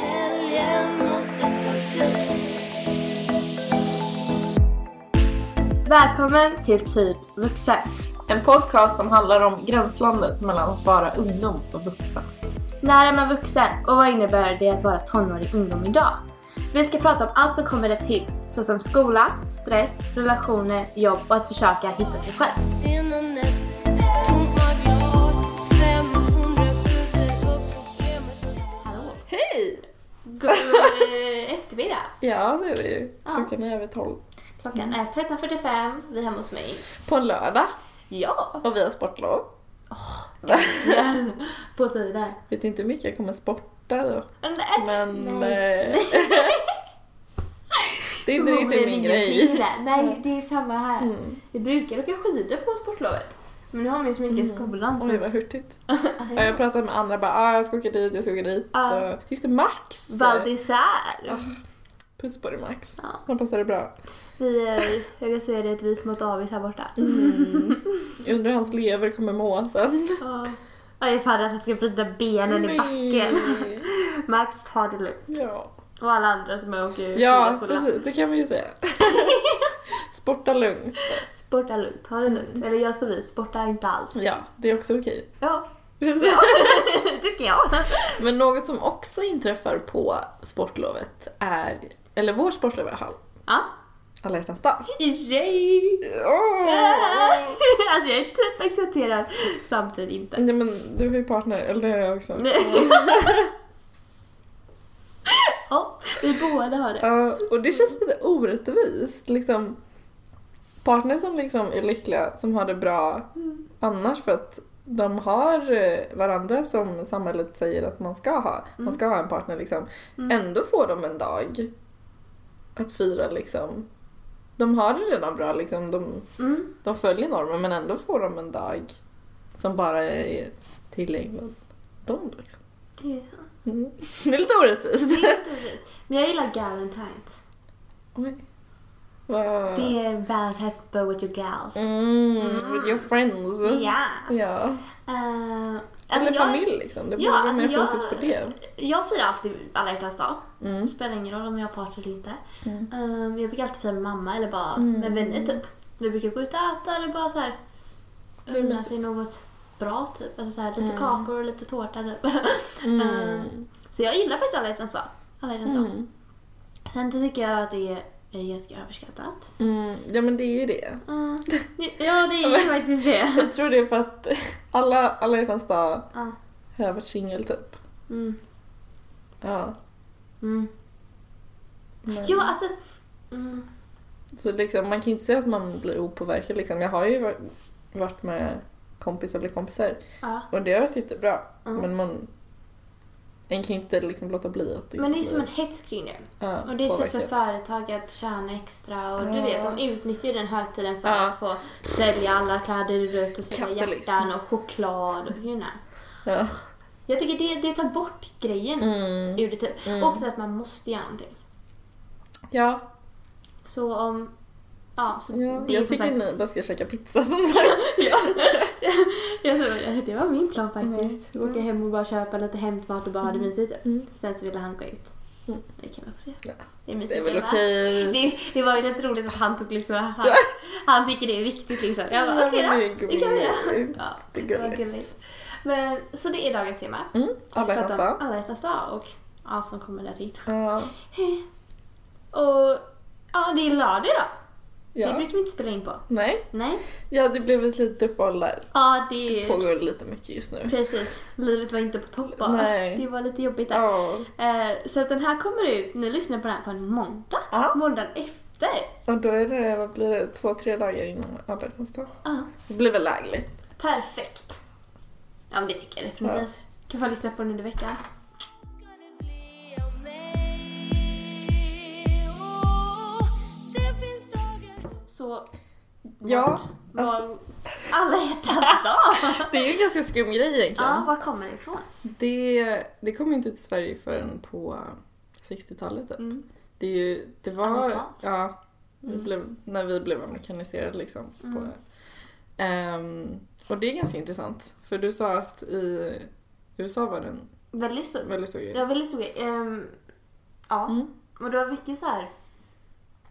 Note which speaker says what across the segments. Speaker 1: helgen måste ta slut
Speaker 2: Välkommen till Typ vuxen.
Speaker 3: En podcast som handlar om gränslandet mellan att vara ungdom och vuxen.
Speaker 2: När är man vuxen och vad innebär det att vara tonårig ungdom idag? Vi ska prata om allt som kommer det till, såsom skola, stress, relationer, jobb och att försöka hitta sig själv.
Speaker 1: Scenen är tomma glas 500 skjuter upp problemet
Speaker 2: Hallå!
Speaker 3: Hej!
Speaker 2: God eh, eftermiddag!
Speaker 3: Ja, det är det ju.
Speaker 2: Ja.
Speaker 3: Klockan är över tolv.
Speaker 2: Klockan är 13.45, vi är hemma hos mig.
Speaker 3: På en lördag.
Speaker 2: Ja!
Speaker 3: Och vi har sportlov.
Speaker 2: På tiden.
Speaker 3: Vet inte hur mycket jag kommer sporta dock. Men...
Speaker 2: Nej.
Speaker 3: eh, det är inte riktigt min grej.
Speaker 2: Nej, det är samma här.
Speaker 3: Mm.
Speaker 2: Vi brukar åka skidor på sportlovet. Mm. Men nu har vi ju så mycket i skolan.
Speaker 3: Oj,
Speaker 2: så-
Speaker 3: vad hurtigt. Ja, jag pratade med andra bara ah, jag ska åka dit, jag ska åka dit.
Speaker 2: Ja.
Speaker 3: Och- Just det, Max!
Speaker 2: Val d'Isère!
Speaker 3: Puss på dig Max.
Speaker 2: Ja.
Speaker 3: Han passade bra.
Speaker 2: Vi är, jag kan säga det, att vi är som ett avis här borta.
Speaker 3: Mm. Jag undrar hur hans lever kommer må sen.
Speaker 2: Ja. Jag är fan rädd att jag ska vrida benen i backen.
Speaker 3: Nej.
Speaker 2: Max, ta det lugnt.
Speaker 3: Ja.
Speaker 2: Och alla andra som åker
Speaker 3: Ja,
Speaker 2: fulla.
Speaker 3: precis. Det kan vi ju säga. Sporta lugnt.
Speaker 2: Sporta lugnt, ta det lugnt. Eller gör som vi, sporta inte alls.
Speaker 3: Ja, det är också okej.
Speaker 2: Ja,
Speaker 3: Precis.
Speaker 2: tycker jag.
Speaker 3: Men något som också inträffar på sportlovet är, eller vår sportlov i alla fall,
Speaker 2: Ja.
Speaker 3: alla hjärtans dag.
Speaker 2: Yay!
Speaker 3: Åh!
Speaker 2: Alltså jag är typ exalterad, samtidigt inte.
Speaker 3: Nej men du har ju partner, eller det har jag också.
Speaker 2: Ja, vi båda har det.
Speaker 3: Ja, och det känns lite orättvist liksom. Partner som liksom är lyckliga, som har det bra annars för att de har eh, varandra som samhället säger att man ska ha. Man ska ha en partner liksom. Ändå får de en dag att fira liksom. De har det redan bra liksom. De,
Speaker 2: Mm.
Speaker 3: de följer normen men ändå får de en dag som bara är tillägnad dem liksom.
Speaker 2: Det är så.
Speaker 3: Mm. Det är lite orättvist.
Speaker 2: Det är jätteroligt. Men jag gillar Galentines.
Speaker 3: Oj. Vad-
Speaker 2: Det är Valentine's Bow with your gals.
Speaker 3: Mm, with your friends.
Speaker 2: Ja.
Speaker 3: Ja.
Speaker 2: Eh,
Speaker 3: Mm. Eller
Speaker 2: alltså Mm. jag,
Speaker 3: familj liksom.
Speaker 2: Ja,
Speaker 3: Det borde vara
Speaker 2: alltså
Speaker 3: mer
Speaker 2: jag-
Speaker 3: fokus på det.
Speaker 2: jag firar alltid alla hjärtans dag.
Speaker 3: Mm.
Speaker 2: Spelar ingen roll om jag har partner eller inte. Eh, jag brukar alltid fira med mamma eller bara
Speaker 3: Mm.
Speaker 2: med vänner typ. Vi brukar gå ut och äta eller bara så här
Speaker 3: är
Speaker 2: unna
Speaker 3: mysigt. Mm.
Speaker 2: sig något bra typ. Alltså så här, lite kakor och lite tårta typ. Eh, så jag gillar faktiskt alla hjärtans dag. Alla hjärtans dag.
Speaker 3: Mm.
Speaker 2: Sen tycker jag att det är ganska överskattat.
Speaker 3: Mm. Ja men det är ju det.
Speaker 2: Eh, ja, det är ju faktiskt det.
Speaker 3: Jag tror det är för att alla, alla hjärtans dag
Speaker 2: Ja.
Speaker 3: har jag varit singel typ.
Speaker 2: Mm.
Speaker 3: Ja.
Speaker 2: Mm.
Speaker 3: Men,
Speaker 2: Jo, alltså... Mm.
Speaker 3: Så liksom, man kan ju inte säga att man blir opåverkad liksom. Jag har ju var- varit med kompis eller kompisar
Speaker 2: Ja.
Speaker 3: och det har varit jättebra.
Speaker 2: Mm.
Speaker 3: Men man, en kan ju inte liksom låta bli att
Speaker 2: Men det är
Speaker 3: inte
Speaker 2: som en
Speaker 3: bli,
Speaker 2: hets kring det.
Speaker 3: ja,
Speaker 2: Och det är sätt för
Speaker 3: påverkad.
Speaker 2: företag att tjäna extra och du
Speaker 3: Ja.
Speaker 2: vet, de utnyttjar ju den högtiden för
Speaker 3: Ja.
Speaker 2: att få sälja alla kläder i rött och sälja
Speaker 3: Kapitalism.
Speaker 2: hjärtan och choklad och you know.
Speaker 3: Ja.
Speaker 2: Jag tycker det, det tar bort grejen
Speaker 3: Mm.
Speaker 2: ur det typ.
Speaker 3: Mm.
Speaker 2: Också att man måste göra någonting.
Speaker 3: Ja,
Speaker 2: Så om... Ja, så
Speaker 3: Ja,
Speaker 2: det är
Speaker 3: jag
Speaker 2: som
Speaker 3: tycker
Speaker 2: sagt...
Speaker 3: ni bara ska käka pizza som sagt.
Speaker 2: Jag tror- det var min plan faktiskt. Åka hem och bara köpa lite hämtmat och bara ha det mysigt typ.
Speaker 3: Mm.
Speaker 2: Sen så ville han gå ut.
Speaker 3: Mm.
Speaker 2: Det kan vi också göra.
Speaker 3: Ja.
Speaker 2: Det är mysigt.
Speaker 3: Det är väl
Speaker 2: eller?
Speaker 3: okej.
Speaker 2: Det, det var ju lite roligt att han tog liksom, han, han tycker det är viktigt liksom. Jag bara,
Speaker 3: Ja,
Speaker 2: okej
Speaker 3: men
Speaker 2: då, det kan vi göra.
Speaker 3: gulligt.
Speaker 2: Ja,
Speaker 3: Det är
Speaker 2: det var
Speaker 3: gulligt.
Speaker 2: gulligt. Men, så det är dagens tema.
Speaker 3: Mm, alla
Speaker 2: Prata
Speaker 3: hjärtans
Speaker 2: om
Speaker 3: dag.
Speaker 2: Alla hjärtans dag och allt som kommer där till.
Speaker 3: Ja,
Speaker 2: Och ja, det är lördag idag. Det
Speaker 3: ja.
Speaker 2: brukar vi inte spela in på.
Speaker 3: Nej,
Speaker 2: Nej.
Speaker 3: ja det blev ett litet uppehåll där.
Speaker 2: Ja, det är
Speaker 3: Pågår lite mycket just nu.
Speaker 2: Mm. Precis. Livet var inte på topp bara.
Speaker 3: Nej.
Speaker 2: Det var lite jobbigt där.
Speaker 3: Ja,
Speaker 2: Eh, så att den här kommer ut, ni lyssnar på den här på en måndag.
Speaker 3: Ja.
Speaker 2: Måndagen efter.
Speaker 3: och då är det, vad blir det, två, tre dagar innan alla hjärtans dag.
Speaker 2: Ja.
Speaker 3: Det blir väl lägligt.
Speaker 2: Perfekt. Ja, men det tycker jag definitivt. Kan få lyssna på den under veckan.
Speaker 1: Ska det bli av mig? Åh, det finns dagar
Speaker 2: Så
Speaker 3: Ja,
Speaker 2: var
Speaker 3: alltså,
Speaker 2: alla hjärtans dag.
Speaker 3: det är ju en ganska skum grej egentligen.
Speaker 2: ja, var kommer det ifrån?
Speaker 3: Det, det kom inte till Sverige förrän på 60-talet typ.
Speaker 2: Mm.
Speaker 3: Det, är ju, det var...
Speaker 2: Amerikanskt. Mm.
Speaker 3: Ja, vi blev, när vi blev amerikaniserade liksom. På, Ehm, och det är ganska intressant. För du sa att i USA var den
Speaker 2: Väldigt stor.
Speaker 3: väldigt stor grej.
Speaker 2: Ja, väldigt stor grej. Ehm, Ja.
Speaker 3: Mm.
Speaker 2: Och det var mycket så här.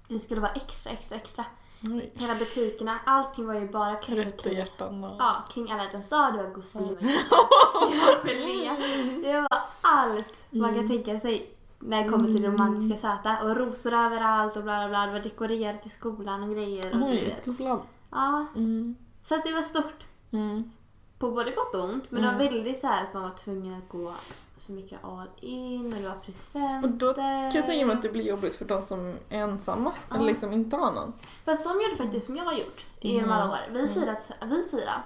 Speaker 2: Det skulle vara extra, extra, extra.
Speaker 3: Oj.
Speaker 2: Hela butikerna, allting var ju bara kassor
Speaker 3: Rött och
Speaker 2: kring,
Speaker 3: hjärtan och...
Speaker 2: ja, kring alla hjärtans dag. Det var gosedjur, det var gelé, det var allt man
Speaker 3: Mm.
Speaker 2: kan tänka sig när det kommer till det romantiska söta. Och rosor överallt och bla bla bla. Det var dekorerat i skolan och grejer. Och
Speaker 3: Oj, i
Speaker 2: grejer.
Speaker 3: skolan.
Speaker 2: Ja,
Speaker 3: Mm.
Speaker 2: så att det var stort.
Speaker 3: Mm.
Speaker 2: På både gott och ont, men det var väldigt så här att man var tvungen att gå så mycket all in och det var presenter.
Speaker 3: Och då kan jag tänka mig att det blir jobbigt för de som är ensamma eller liksom inte har någon.
Speaker 2: Fast de gjorde faktiskt som jag har gjort
Speaker 3: Mm.
Speaker 2: genom alla år. Vi firade, vi firade.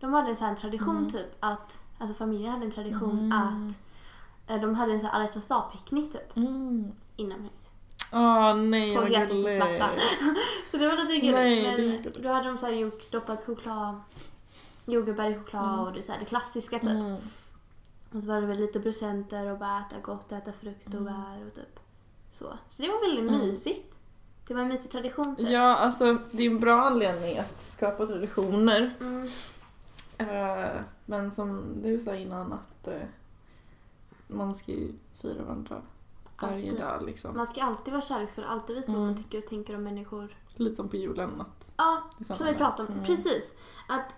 Speaker 2: De hade en sån här tradition
Speaker 3: Mm.
Speaker 2: typ att, alltså familjen hade en tradition att eh, de hade en sån här alla hjärtans dag-picknick typ
Speaker 3: Mm.
Speaker 2: inomhus.
Speaker 3: Åh nej,
Speaker 2: På
Speaker 3: vad gulligt.
Speaker 2: Götgatsmattan. så det var lite gulligt.
Speaker 3: Nej, det är
Speaker 2: men
Speaker 3: gulligt.
Speaker 2: då hade de så här gjort, doppat choklad, jordgubbar i choklad och det, så här, det klassiska typ.
Speaker 3: Mm.
Speaker 2: Och så var det väl lite presenter och bara äta gott, äta frukt
Speaker 3: Mm.
Speaker 2: och bär och typ så. Så det var väldigt mysigt. Det var en mysig tradition typ.
Speaker 3: Ja, alltså det är en bra anledning att skapa traditioner.
Speaker 2: Mm.
Speaker 3: Eh, Men som du sa innan att eh, man ska ju fira varandra varje
Speaker 2: Alltid.
Speaker 3: dag Mm. liksom.
Speaker 2: Man ska alltid vara kärleksfull, alltid visa vad man tycker och tänker om människor.
Speaker 3: Lite som på julen att
Speaker 2: Ja,
Speaker 3: Tillsammans.
Speaker 2: som vi pratade om.
Speaker 3: Mm.
Speaker 2: Precis. Att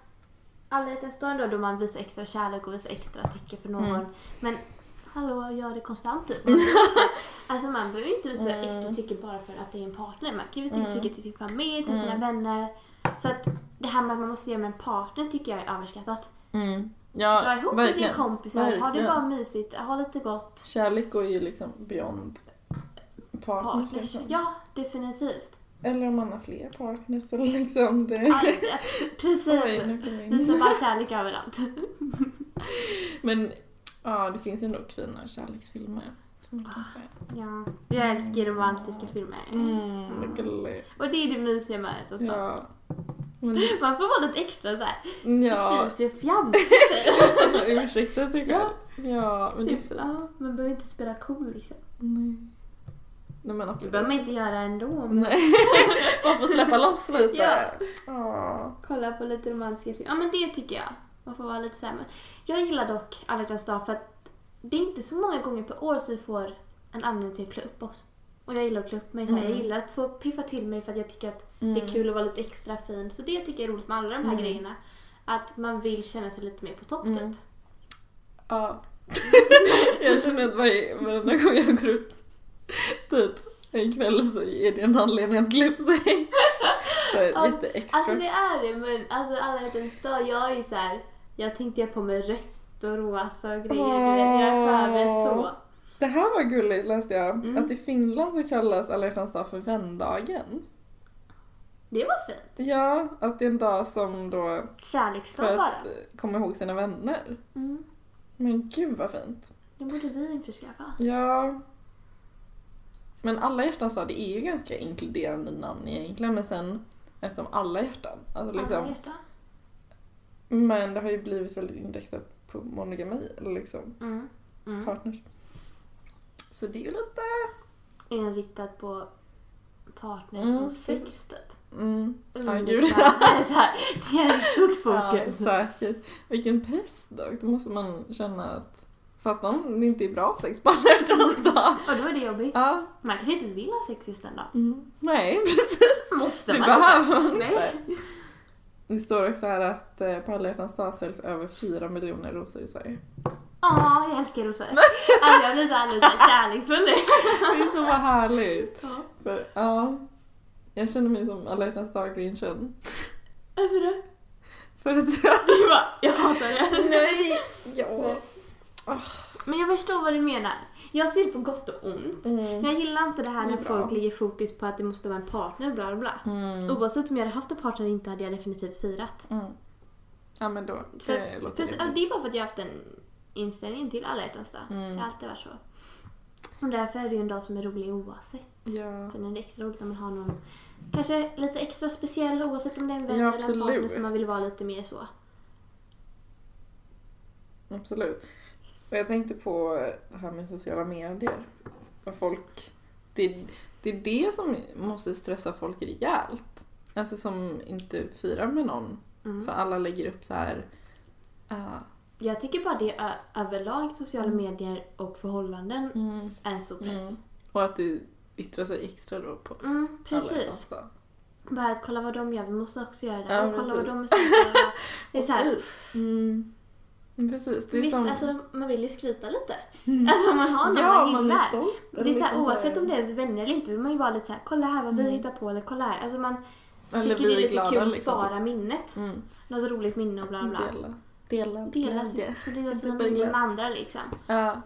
Speaker 2: alla hjärtans dag är en dag då man visar extra kärlek och visar extra tycke för någon.
Speaker 3: Mm.
Speaker 2: Men hallå, gör det konstant typ. alltså man behöver ju inte visa
Speaker 3: Mm.
Speaker 2: extra tycke bara för att det är en partner. Man kan ju visa extra tycke till sin familj, till
Speaker 3: Mm.
Speaker 2: sina vänner. Så att det här med att man måste göra med en partner tycker jag är överskattat.
Speaker 3: Mm. ja,
Speaker 2: Dra ihop med dina kompisar, ha det
Speaker 3: Verkligen.
Speaker 2: bara mysigt, ha lite gott.
Speaker 3: Kärlek går ju liksom beyond partners.
Speaker 2: Partners.
Speaker 3: Liksom.
Speaker 2: Ja, definitivt.
Speaker 3: Eller om man har fler partners eller liksom det.
Speaker 2: Allt, precis.
Speaker 3: Oj, nu kom jag in.
Speaker 2: Visa bara kärlek överallt.
Speaker 3: Men ja, det finns ju ändå fina kärleksfilmer. Som man kan
Speaker 2: Ah,
Speaker 3: säga.
Speaker 2: Ja, jag älskar romantiska filmer.
Speaker 3: Mm, vad gulligt.
Speaker 2: Och det är det mysiga med det. Alltså.
Speaker 3: Ja. Men,
Speaker 2: Man får vara lite extra såhär,
Speaker 3: ja,
Speaker 2: känns ju fjantigt.
Speaker 3: man har ursäktat sig själv. Ja, men det är
Speaker 2: typ.
Speaker 3: fint.
Speaker 2: Ja, man behöver inte spela cool liksom.
Speaker 3: Nej. Nej men
Speaker 2: Det
Speaker 3: absolut.
Speaker 2: behöver man inte göra ändå. Men
Speaker 3: Nej. Man får släppa loss lite.
Speaker 2: Ja.
Speaker 3: Ja.
Speaker 2: kolla på lite romantiska filmer. Ja men det tycker jag. Man får vara lite såhär. Men jag gillar dock Alla hjärtans dag för att det är inte så många gånger per år som vi får en anledning till att klä upp oss. Och jag gillar att klä upp mig. Så här, Jag
Speaker 3: Mm.
Speaker 2: gillar att få piffa till mig för att jag tycker att det är kul att vara lite extra fin. Så det tycker jag är roligt med alla de här
Speaker 3: Mm.
Speaker 2: grejerna. Att man vill känna sig lite mer på topp typ.
Speaker 3: ja. jag känner att varje, varenda gång jag går ut typ en kväll så är det en anledning att klä upp sig. Så här,
Speaker 2: Ja,
Speaker 3: jätteextra.
Speaker 2: Alltså det är det, men alltså alla hjärtans dag, jag är ju så här, jag tänkte jag på mig rött och rosa och grejer, du vet, jag är förberedd så.
Speaker 3: Det här var gulligt läste jag.
Speaker 2: Mm.
Speaker 3: Att i Finland så kallas alla hjärtans dag för vändagen.
Speaker 2: Det var fint.
Speaker 3: Ja, att det är en dag som då
Speaker 2: Kärleksdag
Speaker 3: för
Speaker 2: bara.
Speaker 3: att eh, komma ihåg sina vänner.
Speaker 2: Mm.
Speaker 3: Men gud vad fint.
Speaker 2: Det borde vi införskaffa.
Speaker 3: Ja. Men alla hjärtans dag, det är ju ganska inkluderande namn egentligen men sen eftersom alla hjärtan. Alltså
Speaker 2: Alla
Speaker 3: liksom,
Speaker 2: hjärtan.
Speaker 3: men det har ju blivit väldigt inriktat på monogami eller liksom
Speaker 2: Mm. Mm.
Speaker 3: partners. Så det är ju lite...
Speaker 2: Inriktad på partner
Speaker 3: Mm,
Speaker 2: och sex typ.
Speaker 3: Mm. Ja,
Speaker 2: Mm,
Speaker 3: gud.
Speaker 2: det är så här, det är ett stort
Speaker 3: Ja,
Speaker 2: fokus.
Speaker 3: säkert. Vilken press dock. Då måste man känna att... Fattar om det inte är bra sex på alla hjärtans dag.
Speaker 2: och då är det jobbigt.
Speaker 3: Ja.
Speaker 2: Man kanske inte vill ha sex just den dagen.
Speaker 3: Mm. Nej, precis.
Speaker 2: Måste
Speaker 3: Det
Speaker 2: man inte?
Speaker 3: behöver man
Speaker 2: Nej.
Speaker 3: Det står också här att eh, på alla hjärtans dag säljs över 4 miljoner rosor i Sverige.
Speaker 2: Ja, jag älskar rosor. Alltså jag blir så alldeles så här kärleksfull nu.
Speaker 3: Det är så vad härligt!
Speaker 2: Ja.
Speaker 3: För, ja, jag känner mig som alla hjärtans dag-grinchen.
Speaker 2: Varför det?
Speaker 3: För att jag...
Speaker 2: Du bara, jag hatar det.
Speaker 3: Nej! Ja.
Speaker 2: Men jag förstår vad du menar. Jag ser det på gott och ont.
Speaker 3: Mm.
Speaker 2: Men jag gillar inte det här
Speaker 3: Det
Speaker 2: när
Speaker 3: är bra.
Speaker 2: folk lägger fokus på att det måste vara en partner och bla bla bla.
Speaker 3: Mm.
Speaker 2: Oavsett om jag hade haft en partner eller inte hade jag definitivt firat.
Speaker 3: Ja men då,
Speaker 2: För,
Speaker 3: det
Speaker 2: för,
Speaker 3: låter
Speaker 2: ja,
Speaker 3: rimligt.
Speaker 2: det är bara för att jag har haft en inställning till alla hjärtans dag.
Speaker 3: Mm.
Speaker 2: Det har alltid varit så. Och därför är det ju en dag som är rolig oavsett.
Speaker 3: Ja.
Speaker 2: Sen är det extra roligt när man har någon kanske lite extra speciell oavsett om det är en vän
Speaker 3: Ja,
Speaker 2: eller en partner
Speaker 3: absolut.
Speaker 2: som man vill vara lite mer så.
Speaker 3: Absolut. Och jag tänkte på det här med sociala medier. Och folk, det, det är det som måste stressa folk rejält. Alltså som inte firar med någon.
Speaker 2: Mm.
Speaker 3: Så alla lägger upp så här. ah,
Speaker 2: Jag tycker bara det är överlag sociala medier och förhållanden
Speaker 3: mm,
Speaker 2: är en stor press.
Speaker 3: Och att det yttrar sig extra då på
Speaker 2: Mm,
Speaker 3: alla
Speaker 2: precis.
Speaker 3: fasta.
Speaker 2: Bara att kolla vad de gör, vi måste också göra det.
Speaker 3: Ja,
Speaker 2: och kolla vad de är
Speaker 3: precis.
Speaker 2: så bra. Det är så här,
Speaker 3: Mm. Men Precis, det är
Speaker 2: visst,
Speaker 3: som...
Speaker 2: alltså, man vill ju skryta lite. Alltså man har någon
Speaker 3: ja,
Speaker 2: man
Speaker 3: man
Speaker 2: gillar.
Speaker 3: är stolt. Liksom
Speaker 2: det är så här, oavsett om det är ens vänner eller inte vill man ju vara lite så här, kolla här vad vi hittar på eller kolla här. Alltså man
Speaker 3: Mm. Eller
Speaker 2: tycker det
Speaker 3: vi
Speaker 2: är lite
Speaker 3: glada,
Speaker 2: kul att
Speaker 3: liksom,
Speaker 2: spara minnet.
Speaker 3: typ. Mm.
Speaker 2: Något roligt minne och bla bla. bla.
Speaker 3: Dela. Dela.
Speaker 2: Dela
Speaker 3: glädje.
Speaker 2: sin- så det är sina
Speaker 3: Dubbelglädje.
Speaker 2: minnen med andra liksom.
Speaker 3: Ja.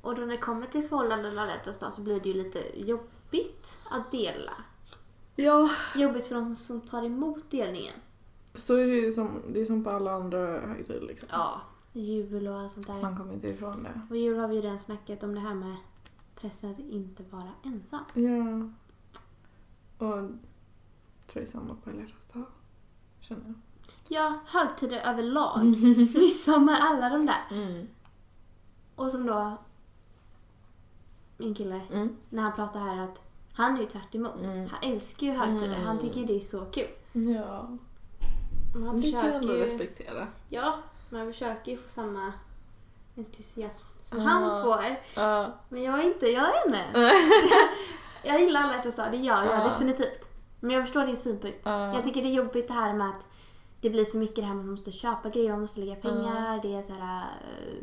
Speaker 2: Och då när det kommer till förhållanden och alla hjärtans dag så blir det ju lite jobbigt att dela.
Speaker 3: ja,
Speaker 2: Jobbigt för de som tar emot delningen.
Speaker 3: så är det ju som, det är som på alla andra högtider liksom.
Speaker 2: Ja. Jul och allt sånt där.
Speaker 3: Man kommer inte ifrån det.
Speaker 2: Och jul har vi ju redan snackat om det här med pressen att inte vara ensam.
Speaker 3: Ja. Och jag tror det är samma på alla hjärtans dag. Känner jag.
Speaker 2: Ja, högtider överlag. Midsommar, alla de där.
Speaker 3: Mm.
Speaker 2: Och som då min kille,
Speaker 3: Mm.
Speaker 2: när han pratar här att han är ju tvärt emot.
Speaker 3: Mm.
Speaker 2: Han älskar ju högtider,
Speaker 3: Mm.
Speaker 2: han tycker ju det är så kul.
Speaker 3: Ja.
Speaker 2: Man
Speaker 3: Det kan jag
Speaker 2: försöker
Speaker 3: ändå
Speaker 2: ju,
Speaker 3: respektera.
Speaker 2: ja, man försöker ju få samma entusiasm som
Speaker 3: Ja.
Speaker 2: han får.
Speaker 3: Ja.
Speaker 2: Men jag är inte, jag är med. jag gillar alla hjärtans dag, det gör jag
Speaker 3: Ja.
Speaker 2: definitivt. Men jag förstår din synpunkt.
Speaker 3: Ja.
Speaker 2: Jag tycker det är jobbigt det här med att det blir så mycket det här med att man måste köpa grejer, man måste lägga pengar. Det är så här, eh,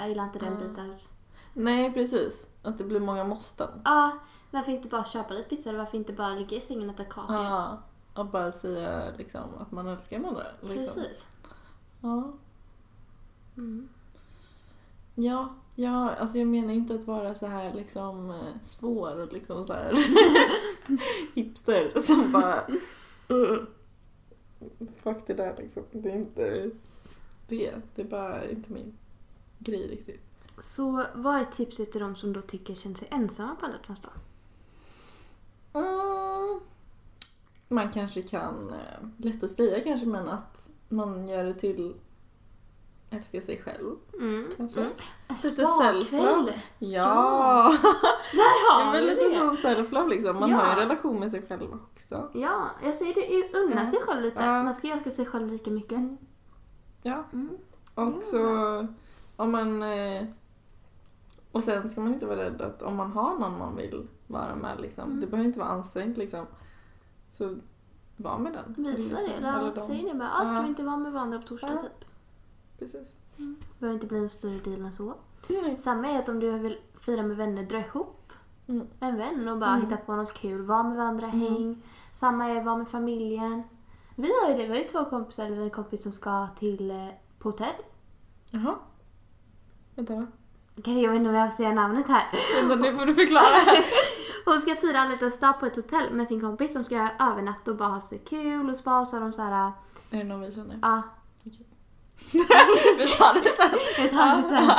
Speaker 2: jag gillar inte den
Speaker 3: Ja.
Speaker 2: biten alls.
Speaker 3: Nej, precis. Att det blir många måsten.
Speaker 2: Ja, varför inte bara köpa lite pizza? Varför inte bara ligga i sängen och äta kaka?
Speaker 3: Ja. Och bara säga liksom, att man älskar varandra. Liksom.
Speaker 2: Precis.
Speaker 3: Ja.
Speaker 2: Mm.
Speaker 3: Ja, ja, alltså jag menar inte att vara så här liksom eh, svår och liksom så här hipster som bara "Ugh." Fuck det där liksom. Det är inte det. Det är bara inte min grej riktigt.
Speaker 2: Så vad är tipset till de som då tycker känner sig ensamma på alla hjärtans dag?
Speaker 3: Mm. Man kanske kan, eh, lätt att säga kanske, men att man gör det till älska sig själv
Speaker 2: Mm.
Speaker 3: kanske.
Speaker 2: Mm.
Speaker 3: Lite self-love.
Speaker 2: Ja. Där
Speaker 3: ja
Speaker 2: har
Speaker 3: men
Speaker 2: vi
Speaker 3: lite
Speaker 2: det!
Speaker 3: sån self-love liksom. Man
Speaker 2: Ja.
Speaker 3: har ju en relation med sig själv också.
Speaker 2: Ja, jag säger det. Unna
Speaker 3: Mm.
Speaker 2: sig själv lite.
Speaker 3: Ja.
Speaker 2: Man ska ju älska sig själv lika mycket.
Speaker 3: Ja.
Speaker 2: Mm. Ja.
Speaker 3: Och så om man... eh, Och sen ska man inte vara rädd att om man har någon man vill vara med, liksom,
Speaker 2: Mm.
Speaker 3: det behöver inte vara ansträngt, liksom, så var med den.
Speaker 2: Visa
Speaker 3: liksom,
Speaker 2: det.
Speaker 3: eller
Speaker 2: Eller
Speaker 3: dem.
Speaker 2: Säg det bara. Ah, ska
Speaker 3: Ja.
Speaker 2: vi inte vara med varandra på torsdag
Speaker 3: Ja.
Speaker 2: typ?
Speaker 3: Precis.
Speaker 2: behöver inte bli en större deal än så. Samma är att om du vill fira med vänner, dra ihop
Speaker 3: Mm.
Speaker 2: en vän och bara
Speaker 3: Mm.
Speaker 2: hitta på något kul. Var med varandra, häng. Samma är vara med familjen. Vi har ju det. Vi har ju två kompisar, vi har en kompis som ska till eh, på hotell.
Speaker 3: Jaha. Vänta va?
Speaker 2: Okej, jag vet inte om jag får säga namnet här.
Speaker 3: Vänta, nu får du förklara.
Speaker 2: Hon ska fira alla hjärtans dag på ett hotell med sin kompis som ska övernatta och bara ha så kul och spa och så har de så här, ah,
Speaker 3: är det någon vi känner?
Speaker 2: ja,
Speaker 3: vi tar det sen.
Speaker 2: ett halvt sen.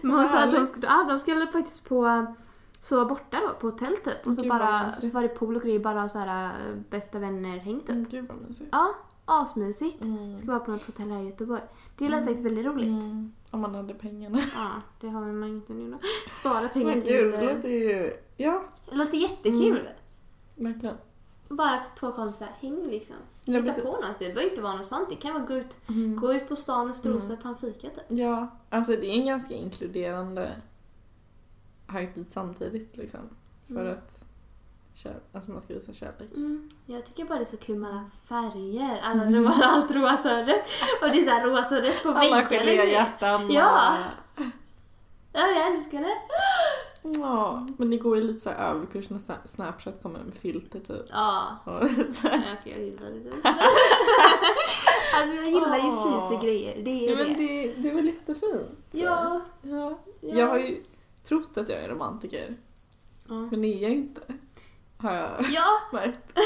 Speaker 2: Men hon sa att de
Speaker 3: Härligt.
Speaker 2: skulle, ja, de skulle faktiskt på sova borta då på hotell typ och så,
Speaker 3: Gud, vad
Speaker 2: bara,
Speaker 3: mysigt.
Speaker 2: så var det pool och grejer, bara ha så här, eh, bästa vänner häng typ.
Speaker 3: Mm, Gud vad mysigt.
Speaker 2: Ja, asmysigt.
Speaker 3: Mm.
Speaker 2: Ska vara på något hotell här i Göteborg. Det lät faktiskt väldigt roligt.
Speaker 3: Mm. Om man hade pengarna.
Speaker 2: Ja, det har man inte nu då. Spara pengar
Speaker 3: Men
Speaker 2: till... eh,
Speaker 3: gud, Mm. det låter ju... Ja,
Speaker 2: det låter jättekul.
Speaker 3: verkligen.
Speaker 2: Bara två kompisar, häng liksom.
Speaker 3: Ja,
Speaker 2: Hitta
Speaker 3: precis. Mm.
Speaker 2: på något, det behöver inte vara något sånt. Det kan vara gå ut, gå ut på stan och strosa och ta en fika typ.
Speaker 3: Ja, alltså det är en ganska inkluderande högtid samtidigt liksom. För
Speaker 2: Mm.
Speaker 3: att kär, alltså man ska visa kärlek.
Speaker 2: Mm. Jag tycker bara det är så kul med alla färger. Alla ro- allt rosa och rött. Och det är såhär rosa och rött på
Speaker 3: Mm. Alla
Speaker 2: vinklar.
Speaker 3: geléhjärtan. och-
Speaker 2: Ja. Ja, jag älskar det.
Speaker 3: ja! Men det går ju lite så här överkurs när Sa- Snapchat kommer med filter typ.
Speaker 2: Ja,
Speaker 3: Och så här.
Speaker 2: okej, jag gillar det. typ. alltså jag gillar ju
Speaker 3: Åh.
Speaker 2: tjusiga grejer. Det är
Speaker 3: Ja,
Speaker 2: ju
Speaker 3: men
Speaker 2: det.
Speaker 3: det, det är väl jättefint?
Speaker 2: Ja.
Speaker 3: ja.
Speaker 2: ja.
Speaker 3: Jag har ju trott att jag är romantiker,
Speaker 2: Ja.
Speaker 3: men det är jag ju inte. Har jag
Speaker 2: Ja,
Speaker 3: märkt.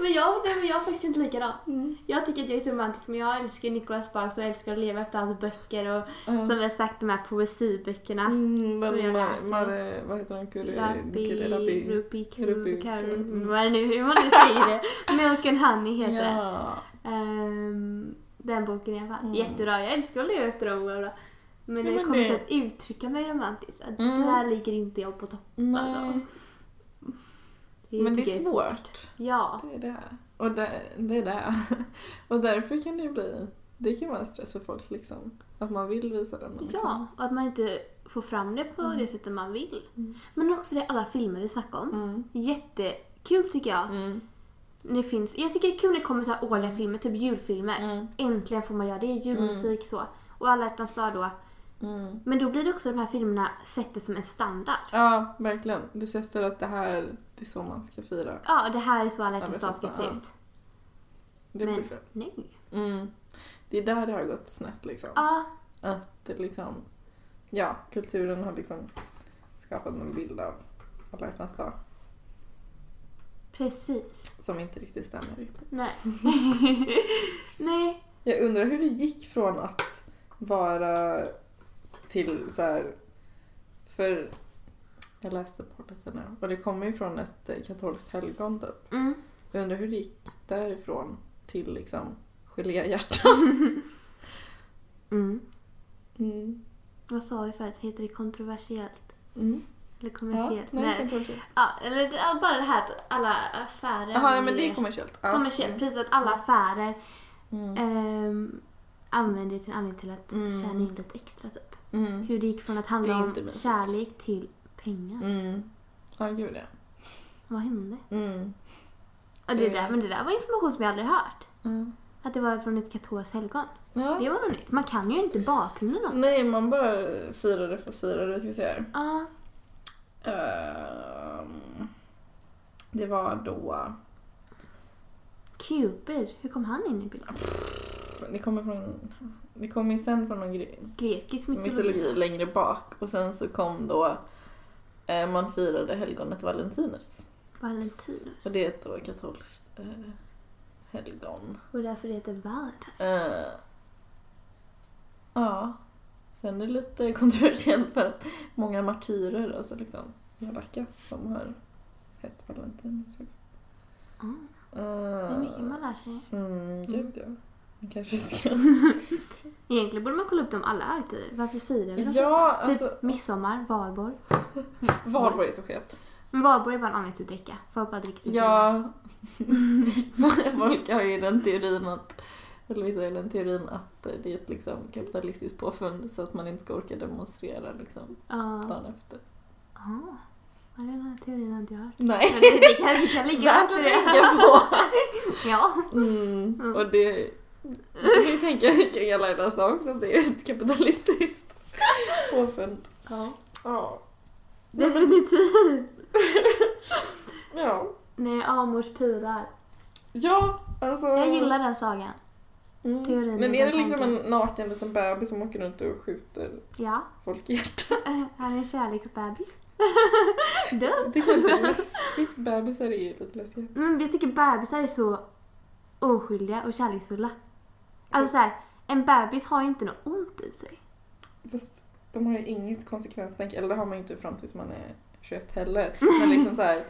Speaker 2: men jag, nej, men jag är faktiskt inte likadan. Jag tycker att jag är så romantisk men jag älskar Nicholas Sparks och jag älskar att leva efter hans böcker och
Speaker 3: Ja.
Speaker 2: som vi har sagt de här poesiböckerna.
Speaker 3: Mm,
Speaker 2: Som
Speaker 3: den
Speaker 2: jag
Speaker 3: ma-
Speaker 2: läser.
Speaker 3: Mare, vad heter den? Curry?
Speaker 2: Rabbi, Rupi, Kuru,
Speaker 3: Rupi,
Speaker 2: Karu,
Speaker 3: Kuru.
Speaker 2: vad är det nu, hur man nu säger det. Milk and Honey heter det.
Speaker 3: Mm. Ja.
Speaker 2: Ehm, den boken i alla fall.
Speaker 3: Mm.
Speaker 2: Jättebra, jag älskar att leva efter dem. Bla bla. Men när
Speaker 3: Ja,
Speaker 2: det
Speaker 3: men
Speaker 2: kommer
Speaker 3: det-
Speaker 2: till att uttrycka mig romantiskt, att
Speaker 3: Mm.
Speaker 2: där ligger inte jag på topp.
Speaker 3: Nej,
Speaker 2: Det
Speaker 3: men det
Speaker 2: tycker
Speaker 3: är
Speaker 2: jag
Speaker 3: svårt.
Speaker 2: Ja,
Speaker 3: Det är det. Och det, det är det. Och därför kan det ju bli... Det kan vara en stress för folk liksom. Att man vill visa det men liksom.
Speaker 2: ja, och att man inte få fram det på det sättet man vill.
Speaker 3: Mm.
Speaker 2: Men också det alla filmer vi snackar om.
Speaker 3: Mm.
Speaker 2: Jättekul tycker jag.
Speaker 3: Mm.
Speaker 2: Det finns, jag tycker det är kul när det kommer så här årliga filmer, typ julfilmer.
Speaker 3: Mm.
Speaker 2: Äntligen får man göra det, julmusik så. Och alla hjärtans dag då.
Speaker 3: Mm.
Speaker 2: Men då blir det också de här filmerna sätter som en standard.
Speaker 3: Ja, verkligen. Det sätter att det här, det är så man ska fira.
Speaker 2: Ja, det här är så alla hjärtans
Speaker 3: men
Speaker 2: dag ska
Speaker 3: fast,
Speaker 2: se
Speaker 3: ja.
Speaker 2: ut.
Speaker 3: Det
Speaker 2: Men-
Speaker 3: blir fel.
Speaker 2: Nej.
Speaker 3: Mm. Det är där det har gått snett liksom.
Speaker 2: Ja,
Speaker 3: Att det liksom, ja, kulturen har liksom skapat en bild av alla hjärtans dag
Speaker 2: precis.
Speaker 3: som inte riktigt stämmer riktigt.
Speaker 2: Nej. Nej.
Speaker 3: Jag undrar hur det gick från att vara till så här. För jag läste på lite nu och det kommer ju från ett eh, katolskt helgon typ.
Speaker 2: Mm.
Speaker 3: Jag undrar hur det gick därifrån till liksom geléhjärtan.
Speaker 2: Mm.
Speaker 3: Mm.
Speaker 2: Vad sa vi förut? Heter det kontroversiellt?
Speaker 3: Mm.
Speaker 2: Eller
Speaker 3: Ja,
Speaker 2: kommersiellt?
Speaker 3: nej, kontroversiellt.
Speaker 2: Ja, eller ja, bara det här att alla affärer...
Speaker 3: Jaha, nej, men det är kommersiellt. Ja.
Speaker 2: kommersiellt. Precis, att alla affärer
Speaker 3: Mm.
Speaker 2: ehm, använder det till en anledning till att
Speaker 3: Mm.
Speaker 2: tjäna in lite extra typ.
Speaker 3: Mm.
Speaker 2: Hur det gick från att
Speaker 3: Det
Speaker 2: handla
Speaker 3: är
Speaker 2: om
Speaker 3: inte mysigt.
Speaker 2: kärlek till pengar.
Speaker 3: Mm. Ja, gud ja.
Speaker 2: Vad hände?
Speaker 3: Mm.
Speaker 2: Ja, det
Speaker 3: Det-
Speaker 2: där, men det där var information som jag aldrig hört.
Speaker 3: Ja.
Speaker 2: Att det var från ett katolskt helgon.
Speaker 3: Ja.
Speaker 2: Det var något nytt. Man kan ju inte bakgrunden om.
Speaker 3: Nej, man bara firar det för att fira det. Vi ska se här.
Speaker 2: Ja.
Speaker 3: Ehm, det var då...
Speaker 2: Cupid, hur kom han in i bilden?
Speaker 3: Det kommer, från, det kommer ju sen från någon gre-
Speaker 2: Grekisk mytologi.
Speaker 3: mytologi längre bak och sen så kom då eh, man firade helgonet Valentinus.
Speaker 2: Valentinus.
Speaker 3: Och det är ett då katolskt eh, helgon.
Speaker 2: Och därför det heter Valentine.
Speaker 3: Eh, ja. Sen är det lite kontroversiellt för att många martyrer, alltså liksom elaka, som har hett Valentinus också.
Speaker 2: Ja,
Speaker 3: Eh,
Speaker 2: Ah, det är mycket man lär sig.
Speaker 3: Mm, gud ja. Vi kanske ska...
Speaker 2: Egentligen borde man kolla upp dem alla högtider. Varför firar vi dem?
Speaker 3: Ja,
Speaker 2: så? Typ
Speaker 3: alltså
Speaker 2: midsommar, valborg.
Speaker 3: Valborg är så skevt.
Speaker 2: Men valborg är bara en anledning till att dricka. Folk bara dricker sig fulla.
Speaker 3: Ja. Folk har ju den teorin att, eller vissa har ju den teorin att det är ett liksom kapitalistiskt påfund så att man inte ska orka demonstrera liksom
Speaker 2: Ja.
Speaker 3: dagen efter.
Speaker 2: Ja. Ah. Ja, Den här teorin har inte jag hört.
Speaker 3: Nej.
Speaker 2: Men det, det kanske kan ligga
Speaker 3: Värt att
Speaker 2: något i det.
Speaker 3: tänka på!
Speaker 2: Ja.
Speaker 3: Mm. Och det... Du kan ju tänka kring alla hjärtans dag också att det är ett kapitalistiskt påfund.
Speaker 2: ja.
Speaker 3: Ja.
Speaker 2: Definitivt.
Speaker 3: Ja.
Speaker 2: Nej, Amors pilar.
Speaker 3: Ja, alltså...
Speaker 2: Jag gillar den sagan.
Speaker 3: Mm.
Speaker 2: teorin
Speaker 3: Men
Speaker 2: i
Speaker 3: är det
Speaker 2: den
Speaker 3: liksom en
Speaker 2: tanken.
Speaker 3: naken liten bebis som åker runt och skjuter
Speaker 2: Ja.
Speaker 3: folk i hjärtat?
Speaker 2: Eh, Han är en kärleksbebis. Död.
Speaker 3: Jag tycker inte det är läskigt. Bebisar är ju lite läskiga.
Speaker 2: Mm, jag tycker bebisar är så oskyldiga och kärleksfulla. Alltså såhär, en bebis har inte något ont i sig.
Speaker 3: Fast de har ju inget konsekvenstänk. Eller det har man ju inte fram tills man är 21 heller. Men liksom så här,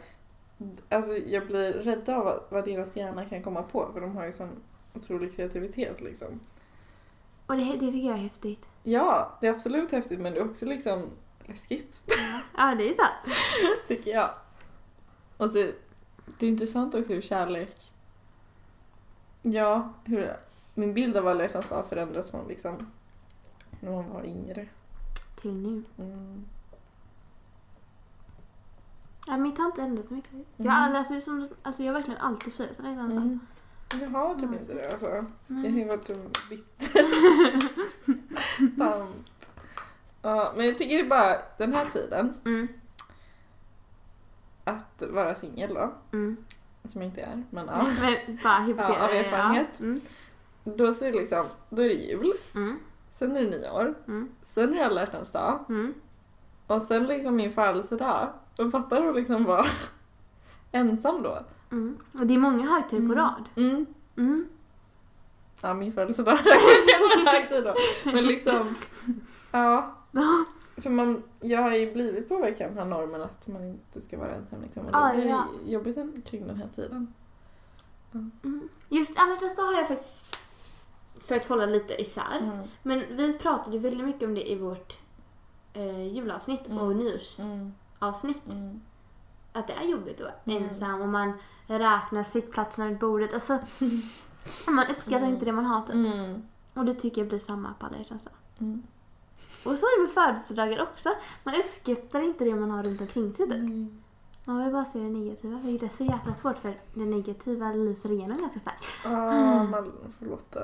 Speaker 3: Alltså jag blir rädd av vad- vad deras hjärna kan komma på. För de har ju sån otrolig kreativitet liksom.
Speaker 2: Och det, det tycker jag är häftigt.
Speaker 3: Ja, det är absolut häftigt men det är också liksom läskigt.
Speaker 2: Ja, det är sant.
Speaker 3: Tycker jag. Och så, det är intressant också hur kärlek... Ja, hur min bild av alla hjärtans dag förändras från liksom när man var yngre.
Speaker 2: Till nu.
Speaker 3: Mm.
Speaker 2: Ja, mitt har inte ändrat så mycket. Jag,
Speaker 3: Mm.
Speaker 2: alltså, som, alltså, jag har verkligen alltid firat den här mm.
Speaker 3: Mm. Jag har typ inte det alltså. Jag har ju varit en bitter tant. Ja, men jag tycker det är bara den här tiden,
Speaker 2: Mm.
Speaker 3: att vara singel då,
Speaker 2: Mm.
Speaker 3: som jag inte är, men ja.
Speaker 2: Men bara hypotetiskt.
Speaker 3: Ja, av erfarenhet.
Speaker 2: Ja. Mm.
Speaker 3: Då, så är det liksom, då är det jul,
Speaker 2: Mm.
Speaker 3: sen är det nyår,
Speaker 2: Mm.
Speaker 3: sen är det alla hjärtans dag,
Speaker 2: Mm.
Speaker 3: Och sen liksom min födelsedag. Men fattar du liksom vara ensam då?
Speaker 2: Mm. Och det är många högtider på rad.
Speaker 3: Mm.
Speaker 2: Mm.
Speaker 3: Ja, min födelsedag är så hög tid då. Men liksom, ja. För man, jag har ju blivit påverkad av den här normen att man inte ska vara ensam. Liksom. Och
Speaker 2: Ja,
Speaker 3: det är
Speaker 2: Ah, ja.
Speaker 3: jobbigt en- kring den här tiden.
Speaker 2: Mm. Just alla hjärtans dag har jag faktiskt för att hålla lite isär.
Speaker 3: Mm.
Speaker 2: Men vi pratade ju väldigt mycket om det i vårt eh, julavsnitt och
Speaker 3: Mm.
Speaker 2: nyårsavsnitt.
Speaker 3: Mm. Mm.
Speaker 2: Att det är jobbigt att vara
Speaker 3: Mm.
Speaker 2: ensam och man räknar sittplatserna vid bordet. Alltså, man uppskattar inte det man har. typ.
Speaker 3: Mm.
Speaker 2: Och det tycker jag blir samma på alla hjärtans dag.
Speaker 3: Mm.
Speaker 2: Och så är det med födelsedagar också. Man uppskattar inte det man har runt omkring sig typ.
Speaker 3: Mm.
Speaker 2: Man vill bara se det negativa, vilket är så jäkla svårt för det negativa lyser igenom ganska starkt.
Speaker 3: Ah, man får låta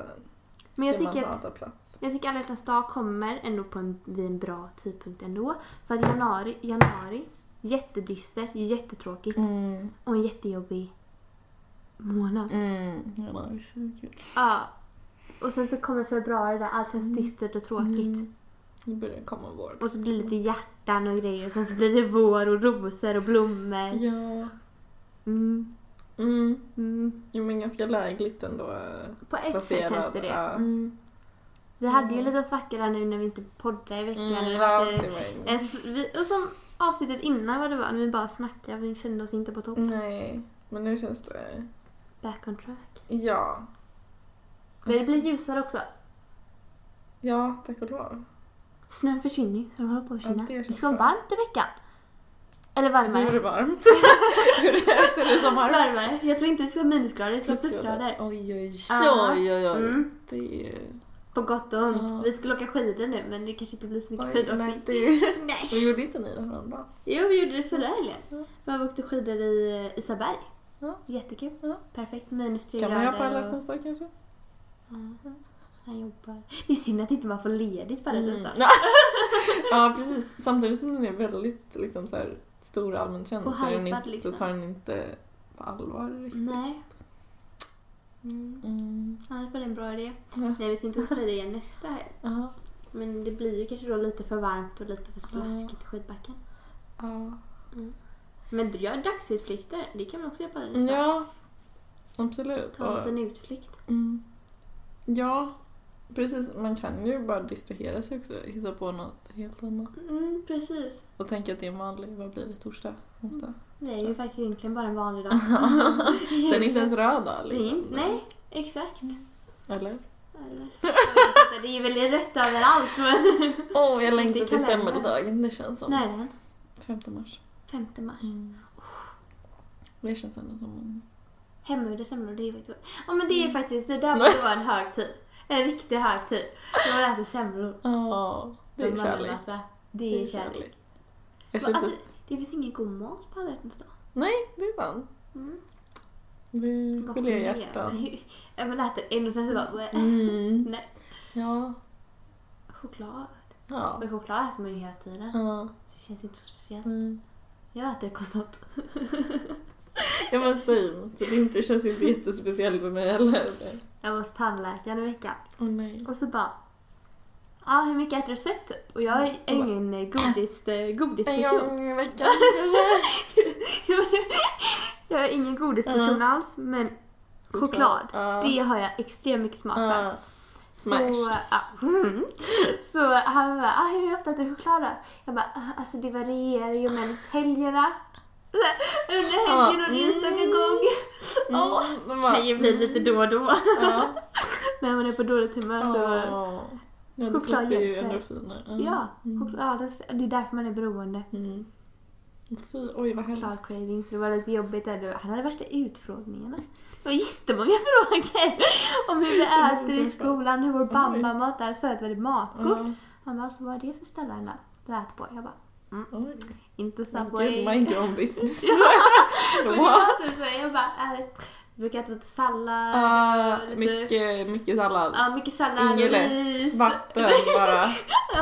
Speaker 2: Men jag
Speaker 3: det man
Speaker 2: tycker att
Speaker 3: har ta plats.
Speaker 2: Jag tycker alla hjärtans dag kommer ändå på en, vid en bra tidpunkt ändå. För att januari, januari jättedystert, jättetråkigt
Speaker 3: Mm.
Speaker 2: och en jättejobbig månad.
Speaker 3: Mm. Ja, det är så kul.
Speaker 2: Ja. Och sen så kommer februari där allt känns
Speaker 3: Mm.
Speaker 2: dystert och tråkigt.
Speaker 3: Nu börjar det komma vår.
Speaker 2: Och så blir det lite hjärtan och grejer. Och sen så blir det vår och rosor och blommor.
Speaker 3: Ja.
Speaker 2: Mm.
Speaker 3: Mm.
Speaker 2: Mm.
Speaker 3: Jo men ganska lägligt ändå.
Speaker 2: På ett sätt
Speaker 3: Placerad,
Speaker 2: känns det det.
Speaker 3: ja.
Speaker 2: Mm. Vi hade ju lite svackor där nu när vi inte poddade i veckan.
Speaker 3: Mm,
Speaker 2: eller
Speaker 3: ja,
Speaker 2: att det-
Speaker 3: det var inget.
Speaker 2: Eh, Vi, och som avsnittet innan vad det var, när vi bara snackade, vi kände oss inte på topp.
Speaker 3: Mm. Nej, men nu känns det...
Speaker 2: Back on track.
Speaker 3: Ja.
Speaker 2: Men det blir ljusare också.
Speaker 3: Ja, tack och lov.
Speaker 2: Snön försvinner ju, så den håller på att
Speaker 3: Ja,
Speaker 2: försvinna.
Speaker 3: det
Speaker 2: det,
Speaker 3: känns
Speaker 2: ska vara
Speaker 3: bra.
Speaker 2: varmt i veckan. Eller
Speaker 3: Nu är
Speaker 2: varmare.
Speaker 3: det varmt. Hur är det? Är det sommar?
Speaker 2: Varmare. Jag tror inte det ska vara minusgrader, det ska vara plusgrader.
Speaker 3: Oj, oj,
Speaker 2: Ja.
Speaker 3: oj, oj. oj.
Speaker 2: Mm,
Speaker 3: Det är...
Speaker 2: på gott och ont.
Speaker 3: Ja.
Speaker 2: Vi skulle åka skidor nu men det kanske inte blir så mycket
Speaker 3: Oj,
Speaker 2: skidåkning.
Speaker 3: nej, det...
Speaker 2: Nej.
Speaker 3: Men gjorde inte ni det häromdagen?
Speaker 2: Jo, vi gjorde det förra helgen.
Speaker 3: Ja.
Speaker 2: Vi åkte skidor i eh, Isaberg.
Speaker 3: Ja.
Speaker 2: Jättekul.
Speaker 3: Ja.
Speaker 2: Perfekt. Minus tre
Speaker 3: Kan
Speaker 2: grader.
Speaker 3: man göra på alla
Speaker 2: och-
Speaker 3: hjärtans dag kanske?
Speaker 2: Han jobbar. Det är synd att inte man får ledigt på alla
Speaker 3: Mm.
Speaker 2: mm.
Speaker 3: ja, precis. Samtidigt som den är väldigt liksom, så här, stor och allmänt känd
Speaker 2: Och
Speaker 3: så, är den
Speaker 2: hypad,
Speaker 3: inte,
Speaker 2: liksom.
Speaker 3: så tar den inte på allvar riktigt.
Speaker 2: Nej. Mm.
Speaker 3: Mm.
Speaker 2: Annars var det en bra idé.
Speaker 3: Ja.
Speaker 2: Nej, vi tänkte åka skidor igen nästa helg.
Speaker 3: Ja.
Speaker 2: Men det blir ju kanske då lite för varmt och lite för slaskigt i skidbacken.
Speaker 3: Ja.
Speaker 2: Mm. Men du gör dagsutflykter. Det kan man också göra på alla
Speaker 3: Mm,
Speaker 2: nästa.
Speaker 3: ja. Absolut.
Speaker 2: Ta en
Speaker 3: Och-
Speaker 2: liten utflykt.
Speaker 3: Mm. Ja, precis. Man kan ju bara distrahera sig också. Hitta på något helt annat.
Speaker 2: Mm, precis.
Speaker 3: Och tänka att det är en vanlig, vad blir det, torsdag? Onsdag?
Speaker 2: Det är ju faktiskt egentligen bara en vanlig dag.
Speaker 3: Den är inte ens röd då,
Speaker 2: Det är
Speaker 3: liksom.
Speaker 2: inte- Nej, exakt.
Speaker 3: Eller?
Speaker 2: Eller, jag vet inte, det är väl rött överallt men...
Speaker 3: Åh, jag
Speaker 2: längtar
Speaker 3: längtar
Speaker 2: till
Speaker 3: till
Speaker 2: kalendern.
Speaker 3: semmeldagen. Det känns som.
Speaker 2: När är den?
Speaker 3: 5 mars. Mm.
Speaker 2: 5 mars.
Speaker 3: Det känns ändå som en...
Speaker 2: Hemgjorda semlor, det är väldigt gott. Ja men det
Speaker 3: Mm.
Speaker 2: är faktiskt, det där borde vara en högtid. En riktig högtid. När man äter semlor.
Speaker 3: Ja, det är
Speaker 2: med
Speaker 3: kärlek.
Speaker 2: mandelmassa. Det är kärlek.
Speaker 3: Jag
Speaker 2: Men
Speaker 3: köper...
Speaker 2: alltså, det finns ingen god mat på alla hjärtans dag.
Speaker 3: Det är sant.
Speaker 2: Mm.
Speaker 3: Mm, Det är geléhjärtan.
Speaker 2: Geléhjärtan. Ja, Man äter en och sen så bara... bleh.
Speaker 3: Mm.
Speaker 2: Nej.
Speaker 3: Ja.
Speaker 2: Choklad.
Speaker 3: Ja.
Speaker 2: Men choklad äter man ju hela tiden.
Speaker 3: ja.
Speaker 2: Så det känns inte så speciellt.
Speaker 3: Mm.
Speaker 2: Jag äter det konstant.
Speaker 3: Ja men same. Så det inte känns inte jättespeciellt för mig heller.
Speaker 2: Jag var hos tandläkaren i veckan.
Speaker 3: Åh nej.
Speaker 2: Och så bara... Ja, hur mycket äter du sött typ? Och jag är
Speaker 3: Mm.
Speaker 2: ingen eh, godis, eh,
Speaker 3: En
Speaker 2: godisperson.
Speaker 3: gång i veckan kanske?
Speaker 2: jag är ingen godisperson
Speaker 3: Mm.
Speaker 2: alls, men choklad.
Speaker 3: Ja.
Speaker 2: Det har jag extremt mycket smak för.
Speaker 3: Ja. Mm. Smash.
Speaker 2: Så, ja. mm. så han bara, ah, hur ofta äter du choklad då? Jag bara, "Ah, alltså det varierar ju men helgerna. Under helgen och en
Speaker 3: Ja.
Speaker 2: enstaka gång. Åh,
Speaker 3: Mm, de
Speaker 2: Det
Speaker 3: bara-
Speaker 2: kan ju bli lite då och då.
Speaker 3: Ja.
Speaker 2: När man är på dåligt humör så...
Speaker 3: Ja. Men det
Speaker 2: Alltså, Choklad
Speaker 3: släpper ju
Speaker 2: hjälper.
Speaker 3: endorfiner. Mm.
Speaker 2: Ja, choklad, det är därför man är beroende.
Speaker 3: Mm. Fy, oj vad hemskt.
Speaker 2: Choklad craving, så det var lite jobbigt. Där. Han hade värsta utfrågningarna. Det var jättemånga frågor om hur vi
Speaker 3: Känner inte
Speaker 2: äter i
Speaker 3: ens på.
Speaker 2: skolan, hur vår bambamat är, sötvärdlig matgod.
Speaker 3: Ja.
Speaker 2: Han bara, så vad är det för ställen då du äter på? Jag bara,
Speaker 3: Oj.
Speaker 2: inte Subway.
Speaker 3: Gud, mind your own business.
Speaker 2: Men det
Speaker 3: Wow.
Speaker 2: var typ så, här, jag bara, äh, jag brukar äta lite sallad.
Speaker 3: Ah,
Speaker 2: och lite-
Speaker 3: mycket, mycket sallad.
Speaker 2: Ja, mycket sallad
Speaker 3: Ingen
Speaker 2: och
Speaker 3: läsk.
Speaker 2: ris. Han
Speaker 3: Vatten bara.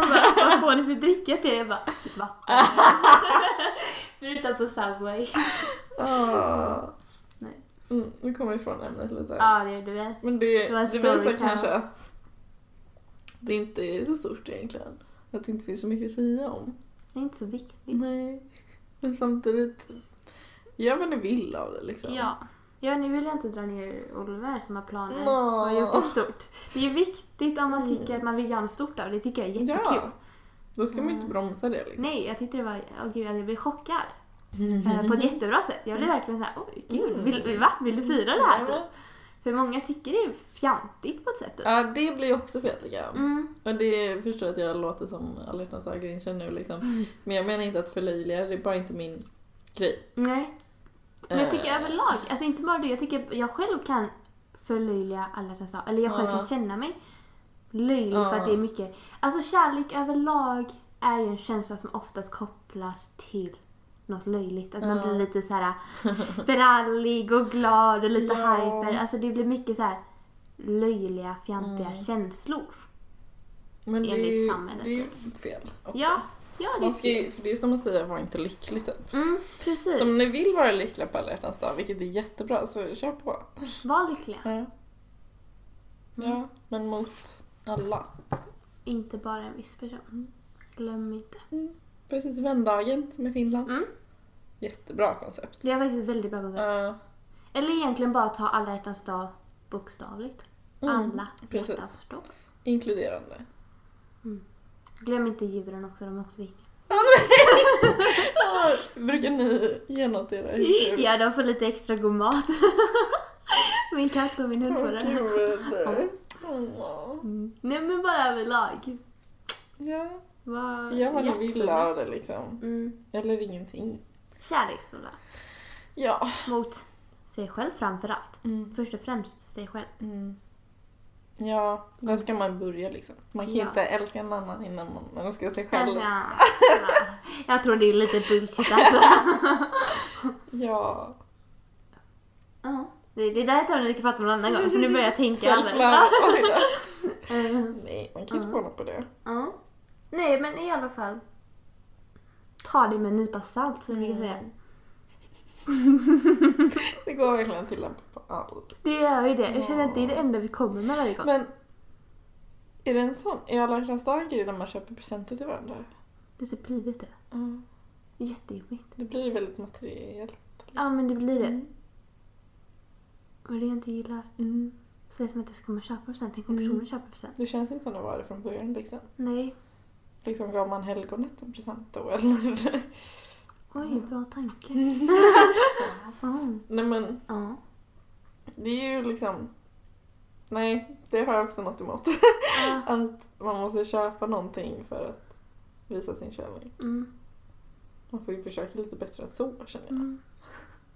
Speaker 2: bara, vad får ni för dricka till det? Jag bara, vatten. Förutom på Subway.
Speaker 3: Ah.
Speaker 2: Nej.
Speaker 3: Mm, nu kommer vi ifrån ämnet lite.
Speaker 2: Ja, det gjorde vi.
Speaker 3: Men det,
Speaker 2: Det var en
Speaker 3: det,
Speaker 2: story
Speaker 3: visar
Speaker 2: time.
Speaker 3: kanske att det inte är så stort egentligen. Att det inte finns så mycket att säga om.
Speaker 2: Det är inte så viktigt.
Speaker 3: Nej. Men samtidigt, gör vad ni vill av det liksom.
Speaker 2: Ja. ja, nu vill jag inte dra ner Oliver som har planer
Speaker 3: Nå.
Speaker 2: och gjort det stort. Det är ju viktigt om man
Speaker 3: Mm.
Speaker 2: tycker att man vill göra något stort av det. tycker jag är jättekul.
Speaker 3: Ja. Då ska man ju inte
Speaker 2: Mm.
Speaker 3: bromsa det liksom.
Speaker 2: Nej, jag tyckte det var... Åh gud, jag blev chockad. Eh, På ett jättebra sätt. Jag blev verkligen såhär, oj gud,
Speaker 3: Mm.
Speaker 2: vill, va? Vill du fira det här?
Speaker 3: Ja.
Speaker 2: typ? För många tycker det är fjantigt på ett sätt. typ.
Speaker 3: Ja, det blir ju också fel tycker jag.
Speaker 2: Mm.
Speaker 3: Och det förstår jag att jag låter som alla hjärtans dag-grinchen nu
Speaker 2: Mm.
Speaker 3: liksom. Men jag menar inte att förlöjliga, det är bara inte min grej.
Speaker 2: Nej. Men jag
Speaker 3: Eh,
Speaker 2: tycker överlag, alltså inte bara det, jag tycker jag själv kan förlöjliga alla dessa Eller jag själv
Speaker 3: Ja.
Speaker 2: kan känna mig löjlig
Speaker 3: Ja.
Speaker 2: för att det är mycket... Alltså kärlek överlag är ju en känsla som oftast kopplas till något löjligt. Att man
Speaker 3: Ja.
Speaker 2: blir lite så här sprallig och glad och lite
Speaker 3: Ja.
Speaker 2: hyper. Alltså det blir mycket så här löjliga, fjantiga
Speaker 3: Mm.
Speaker 2: känslor.
Speaker 3: Men det är,
Speaker 2: Enligt
Speaker 3: ju-
Speaker 2: samhället,
Speaker 3: det är ju fel också.
Speaker 2: Ja, ja det är
Speaker 3: Man ska,
Speaker 2: kul.
Speaker 3: ju- för det är ju som att säga var inte lycklig typ.
Speaker 2: Mm, precis.
Speaker 3: Så om ni vill vara lyckliga på alla hjärtans dag, vilket är jättebra, så kör på.
Speaker 2: Var lyckliga.
Speaker 3: Ja.
Speaker 2: Mm.
Speaker 3: ja, men mot alla.
Speaker 2: Inte bara en viss person. Glöm inte.
Speaker 3: Precis, vändagen som är Finland.
Speaker 2: Mm.
Speaker 3: Jättebra koncept.
Speaker 2: Det är faktiskt ett väldigt bra koncept.
Speaker 3: Ja,
Speaker 2: Eller egentligen bara ta alla hjärtans dag bokstavligt.
Speaker 3: Mm,
Speaker 2: Alla
Speaker 3: precis.
Speaker 2: hjärtans dag.
Speaker 3: inkluderande.
Speaker 2: Glöm inte djuren också, de är också viktiga.
Speaker 3: Ja, brukar ni ge något till era husdjur?
Speaker 2: Ja, de får lite extra god mat. min katt och min hund får
Speaker 3: Vad
Speaker 2: det.
Speaker 3: kul. Åh.
Speaker 2: Mm. Nej men bara överlag.
Speaker 3: Ja,
Speaker 2: Var
Speaker 3: gör vad ni vill
Speaker 2: hjärtfulla.
Speaker 3: av det liksom.
Speaker 2: Mm.
Speaker 3: Eller ingenting.
Speaker 2: Kärleksfulla.
Speaker 3: Ja.
Speaker 2: Mot sig själv framför allt.
Speaker 3: Mm.
Speaker 2: Först och främst sig själv.
Speaker 3: Mm. Ja, där ska man börja liksom. Man kan
Speaker 2: Ja.
Speaker 3: inte älska någon annan innan man älskar sig själv.
Speaker 2: Ja. Jag tror det är lite bullshit alltså.
Speaker 3: Ja.
Speaker 2: Ja. Det, det där är ett ämne vi kan prata om en annan gång för nu börjar jag tänka
Speaker 3: Self-love.
Speaker 2: alldeles.
Speaker 3: Oj då.
Speaker 2: Eh,
Speaker 3: Nej, man kan ju
Speaker 2: Mm.
Speaker 3: spåna på det.
Speaker 2: Ja. Nej, men i alla fall. Ta det med en nypa salt, som vi brukar
Speaker 3: Mm.
Speaker 2: säga.
Speaker 3: Det går verkligen att tillämpa på allt.
Speaker 2: Det gör ju det. Jag känner att det är det enda vi kommer med varje gång.
Speaker 3: Men är det en sån, är alla hjärtans dag en grej när man köper presenter till varandra?
Speaker 2: Det är så blivit det.
Speaker 3: Ja.
Speaker 2: Jättejobbigt.
Speaker 3: Det blir väldigt materiellt.
Speaker 2: Ja, men det blir
Speaker 3: Mm.
Speaker 2: det. Och det jag inte gillar så vet man inte ska man köpa present. Tänk om
Speaker 3: Mm.
Speaker 2: personen köper present.
Speaker 3: Det känns inte som det var det från början liksom.
Speaker 2: Nej.
Speaker 3: Liksom gav man helgonet en present då eller?
Speaker 2: Oj, bra tanke. Mm.
Speaker 3: Nej men
Speaker 2: Ja.
Speaker 3: det är ju liksom Nej, det har jag också något emot.
Speaker 2: Ja.
Speaker 3: Att man måste köpa någonting för att visa sin kärlek.
Speaker 2: Mm.
Speaker 3: Man får ju försöka lite bättre än så känner jag.
Speaker 2: Mm.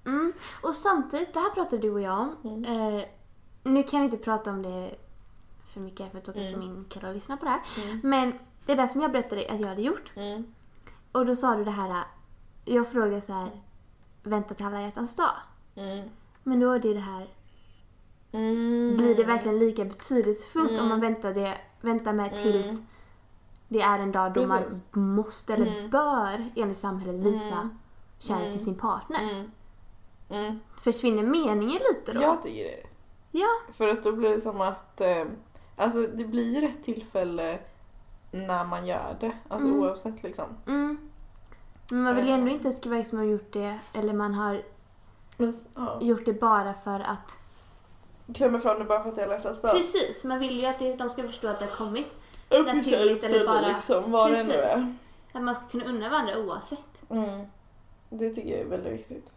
Speaker 2: Mm. Och samtidigt, det här pratade du och jag om.
Speaker 3: Mm.
Speaker 2: Eh, nu kan vi inte prata om det för mycket för att då kanske
Speaker 3: Mm.
Speaker 2: min kille lyssnar på det här.
Speaker 3: Mm.
Speaker 2: Men det där som jag berättade att jag hade gjort.
Speaker 3: Mm.
Speaker 2: Och då sa du det här, jag frågade så här, vänta till alla hjärtans dag.
Speaker 3: Mm.
Speaker 2: Men då är det det här,
Speaker 3: Mm.
Speaker 2: blir det verkligen lika betydelsefullt
Speaker 3: Mm.
Speaker 2: om man väntar, det, väntar med tills
Speaker 3: Mm.
Speaker 2: det är en dag då
Speaker 3: Precis.
Speaker 2: man måste eller
Speaker 3: Mm.
Speaker 2: bör enligt samhället visa
Speaker 3: Mm.
Speaker 2: kärlek
Speaker 3: Mm.
Speaker 2: till sin partner?
Speaker 3: Mm. Mm.
Speaker 2: Försvinner meningen lite då?
Speaker 3: Jag tycker det.
Speaker 2: Ja.
Speaker 3: För att då blir det som att, eh, alltså det blir ju rätt tillfälle när man gör det. Alltså
Speaker 2: Mm.
Speaker 3: oavsett liksom.
Speaker 2: Mm. Men man vill ju ändå
Speaker 3: Eh.
Speaker 2: inte skriva som har gjort det eller man har
Speaker 3: Men, ja.
Speaker 2: gjort det bara för att
Speaker 3: Klämmer fram det bara för att jag lär testa.
Speaker 2: Precis, man vill ju att det- de ska förstå att det har kommit. naturligt eller bara-
Speaker 3: Liksom, vad det nu
Speaker 2: Precis.
Speaker 3: är.
Speaker 2: Att man ska kunna unna varandra oavsett.
Speaker 3: Mm. Det tycker jag är väldigt viktigt.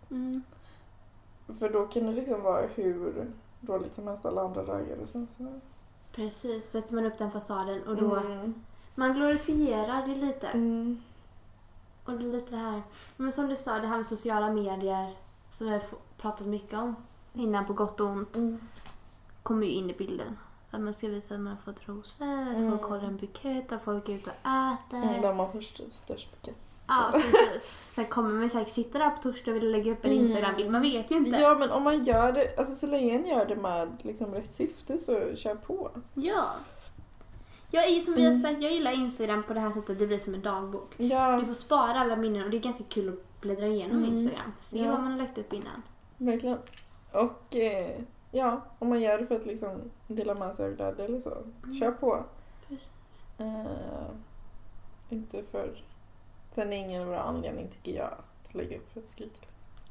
Speaker 3: För då kan det liksom vara hur dåligt som helst alla andra dagar och sen så...
Speaker 2: Precis, sätter man upp den fasaden och då...
Speaker 3: Mm.
Speaker 2: Man glorifierar det lite.
Speaker 3: Mm.
Speaker 2: Och det är lite det här... Men som du sa, det här med sociala medier som vi har f- pratat mycket om innan på gott och ont
Speaker 3: Mm.
Speaker 2: kommer ju in i bilden. Att man ska visa att man har fått rosor, att
Speaker 3: Mm.
Speaker 2: folk håller en bukett, att folk är ute och äter.
Speaker 3: Mm. Där man först störst bukett.
Speaker 2: Ja, precis. Sen kommer man säkert sitta där på torsdag och vilja lägga upp en
Speaker 3: Mm.
Speaker 2: Instagram-bild. Man vet ju inte.
Speaker 3: Ja men om man gör det, alltså så länge en gör det med liksom rätt syfte så kör på.
Speaker 2: Ja. Jag är ju som vi har
Speaker 3: Mm.
Speaker 2: sagt, jag gillar Instagram på det här sättet, det blir som en dagbok.
Speaker 3: Ja,
Speaker 2: Du får spara alla minnen och det är ganska kul att bläddra igenom
Speaker 3: Mm.
Speaker 2: Instagram. Se
Speaker 3: Ja.
Speaker 2: vad man har lagt upp innan.
Speaker 3: verkligen. Och eh, ja, om man gör det för att liksom dela med sig av glädje eller så, kör på.
Speaker 2: Mm. Precis.
Speaker 3: Eh, inte för... Sen är ingen bra anledning tycker jag att lägga upp för att skryta.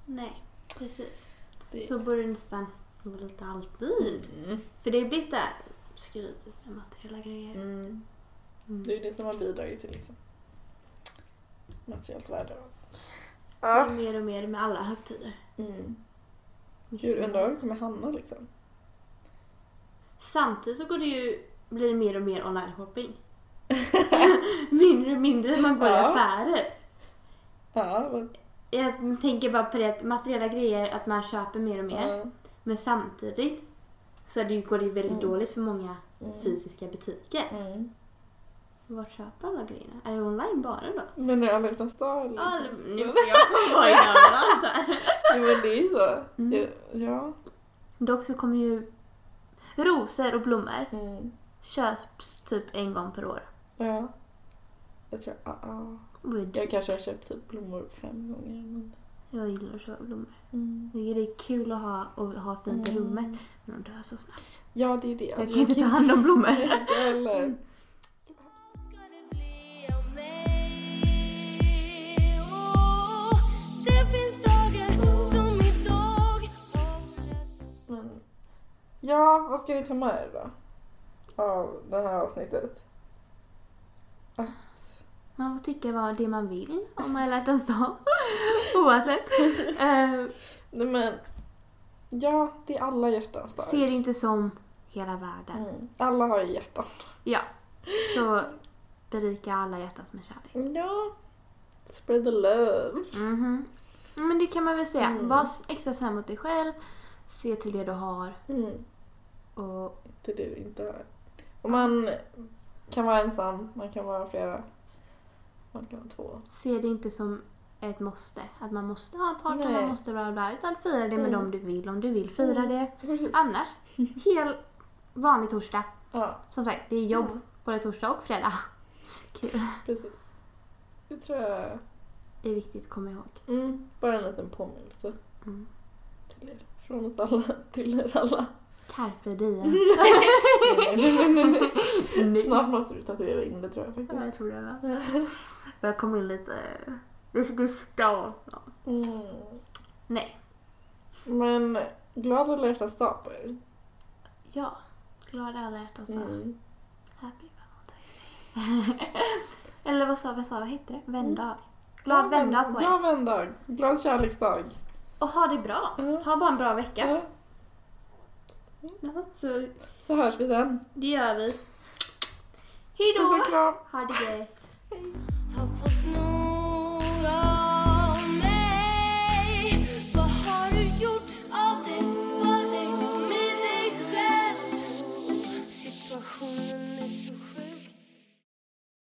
Speaker 2: Nej, precis.
Speaker 3: Det-
Speaker 2: Så borde det nästan vara lite alltid.
Speaker 3: Mm.
Speaker 2: För det är blivit det här skrytet med materiella grejer.
Speaker 3: Mm.
Speaker 2: Mm.
Speaker 3: Det är det som har bidragit till liksom materiellt värde.
Speaker 2: Det
Speaker 3: Ja.
Speaker 2: blir Mer och mer med alla högtider.
Speaker 3: Mm. Gud, undrar var vi kommer hamna liksom.
Speaker 2: Samtidigt så går det ju, blir det mer och mer online-shopping. mindre och mindre man går i
Speaker 3: Ja.
Speaker 2: affärer.
Speaker 3: Ja, vad... Mm.
Speaker 2: Jag tänker bara på det att materiella grejer, att man köper mer och mer.
Speaker 3: Ja.
Speaker 2: Men samtidigt så det går det ju väldigt
Speaker 3: Mm.
Speaker 2: dåligt för många
Speaker 3: Mm.
Speaker 2: fysiska butiker.
Speaker 3: Mm.
Speaker 2: Vart köper alla grejerna? Är det online bara då? Mm.
Speaker 3: Men är alla hjärtans dag? liksom?
Speaker 2: Ja, nu jag kommer vara överallt här.
Speaker 3: Jo men det är ju så.
Speaker 2: Mm.
Speaker 3: Ja. ja.
Speaker 2: Dock så kommer ju rosor och blommor
Speaker 3: Mm.
Speaker 2: köps typ en gång per år.
Speaker 3: ja. Jag tror, ah, ah.
Speaker 2: Och är dyrt.
Speaker 3: Jag kanske har köpt typ blommor fem gånger. Men...
Speaker 2: jag gillar att köpa blommor.
Speaker 3: Mm.
Speaker 2: Jag tycker Det är kul att ha och ha fint i
Speaker 3: Mm.
Speaker 2: rummet. Men de dör så snabbt.
Speaker 3: Ja det är det.
Speaker 2: Jag kan inte ta hand om blommor. Mm.
Speaker 3: inte heller.
Speaker 1: Ska det bli av mig? Åh, det finns dagar som idag.
Speaker 3: Men... Ja, vad ska ni ta med er då? Av det här avsnittet? Att...
Speaker 2: Man får tycka vad det man vill om man har lärt sig så. Oavsett. Eh,
Speaker 3: Nej men... Ja, det är alla hjärtans dag.
Speaker 2: ser det inte som hela världen.
Speaker 3: Mm. Alla har ju hjärtan.
Speaker 2: Så berika alla hjärtans med kärlek.
Speaker 3: Ja. Spread the love.
Speaker 2: Mhm. Men det kan man väl säga.
Speaker 3: Mm.
Speaker 2: Var extra snäll mot dig själv. Se till det du har.
Speaker 3: Mm.
Speaker 2: Och
Speaker 3: Det är det du inte har. Och man kan vara ensam, man kan vara flera. Man kan vara två.
Speaker 2: se det inte som ett måste. Att man måste ha en partner,
Speaker 3: Nej.
Speaker 2: man måste bla bla. Utan fira det med
Speaker 3: Mm.
Speaker 2: dem du vill. Om du vill fira
Speaker 3: Mm.
Speaker 2: det.
Speaker 3: Precis.
Speaker 2: Annars, hel vanlig torsdag.
Speaker 3: Ja,
Speaker 2: Som sagt, det är jobb
Speaker 3: Mm.
Speaker 2: både torsdag och fredag. Kul.
Speaker 3: precis. Det tror jag...
Speaker 2: Det är viktigt att komma ihåg.
Speaker 3: Mm, bara en liten påminnelse
Speaker 2: Mm.
Speaker 3: till er. Från oss alla till er alla.
Speaker 2: Carpe diem.
Speaker 3: Nej, nej, nej, nej.
Speaker 2: Nu.
Speaker 3: Snart måste du tatuera in det tror jag
Speaker 2: Ja,
Speaker 3: faktiskt.
Speaker 2: jag tror det. va? Jag kom in lite... Det, det ska... Ja.
Speaker 3: Mm.
Speaker 2: Nej.
Speaker 3: Men glad alla hjärtans dag på er.
Speaker 2: Ja. Glad alla hjärtans dag.
Speaker 3: Mm.
Speaker 2: Happy Valentine's Day. Eller vad sa vi? Vad hette det? Vändag.
Speaker 3: Mm. Ja,
Speaker 2: Glad
Speaker 3: men-
Speaker 2: vändag på er.
Speaker 3: Glad vändag. Glad kärleksdag.
Speaker 2: Och ha det bra.
Speaker 3: Ja.
Speaker 2: Ha bara en bra vecka.
Speaker 3: Ja.
Speaker 2: Så
Speaker 3: Så hörs vi sen.
Speaker 2: det gör vi. Hej
Speaker 3: Puss
Speaker 2: då!
Speaker 3: och kram.
Speaker 2: Ha det gött.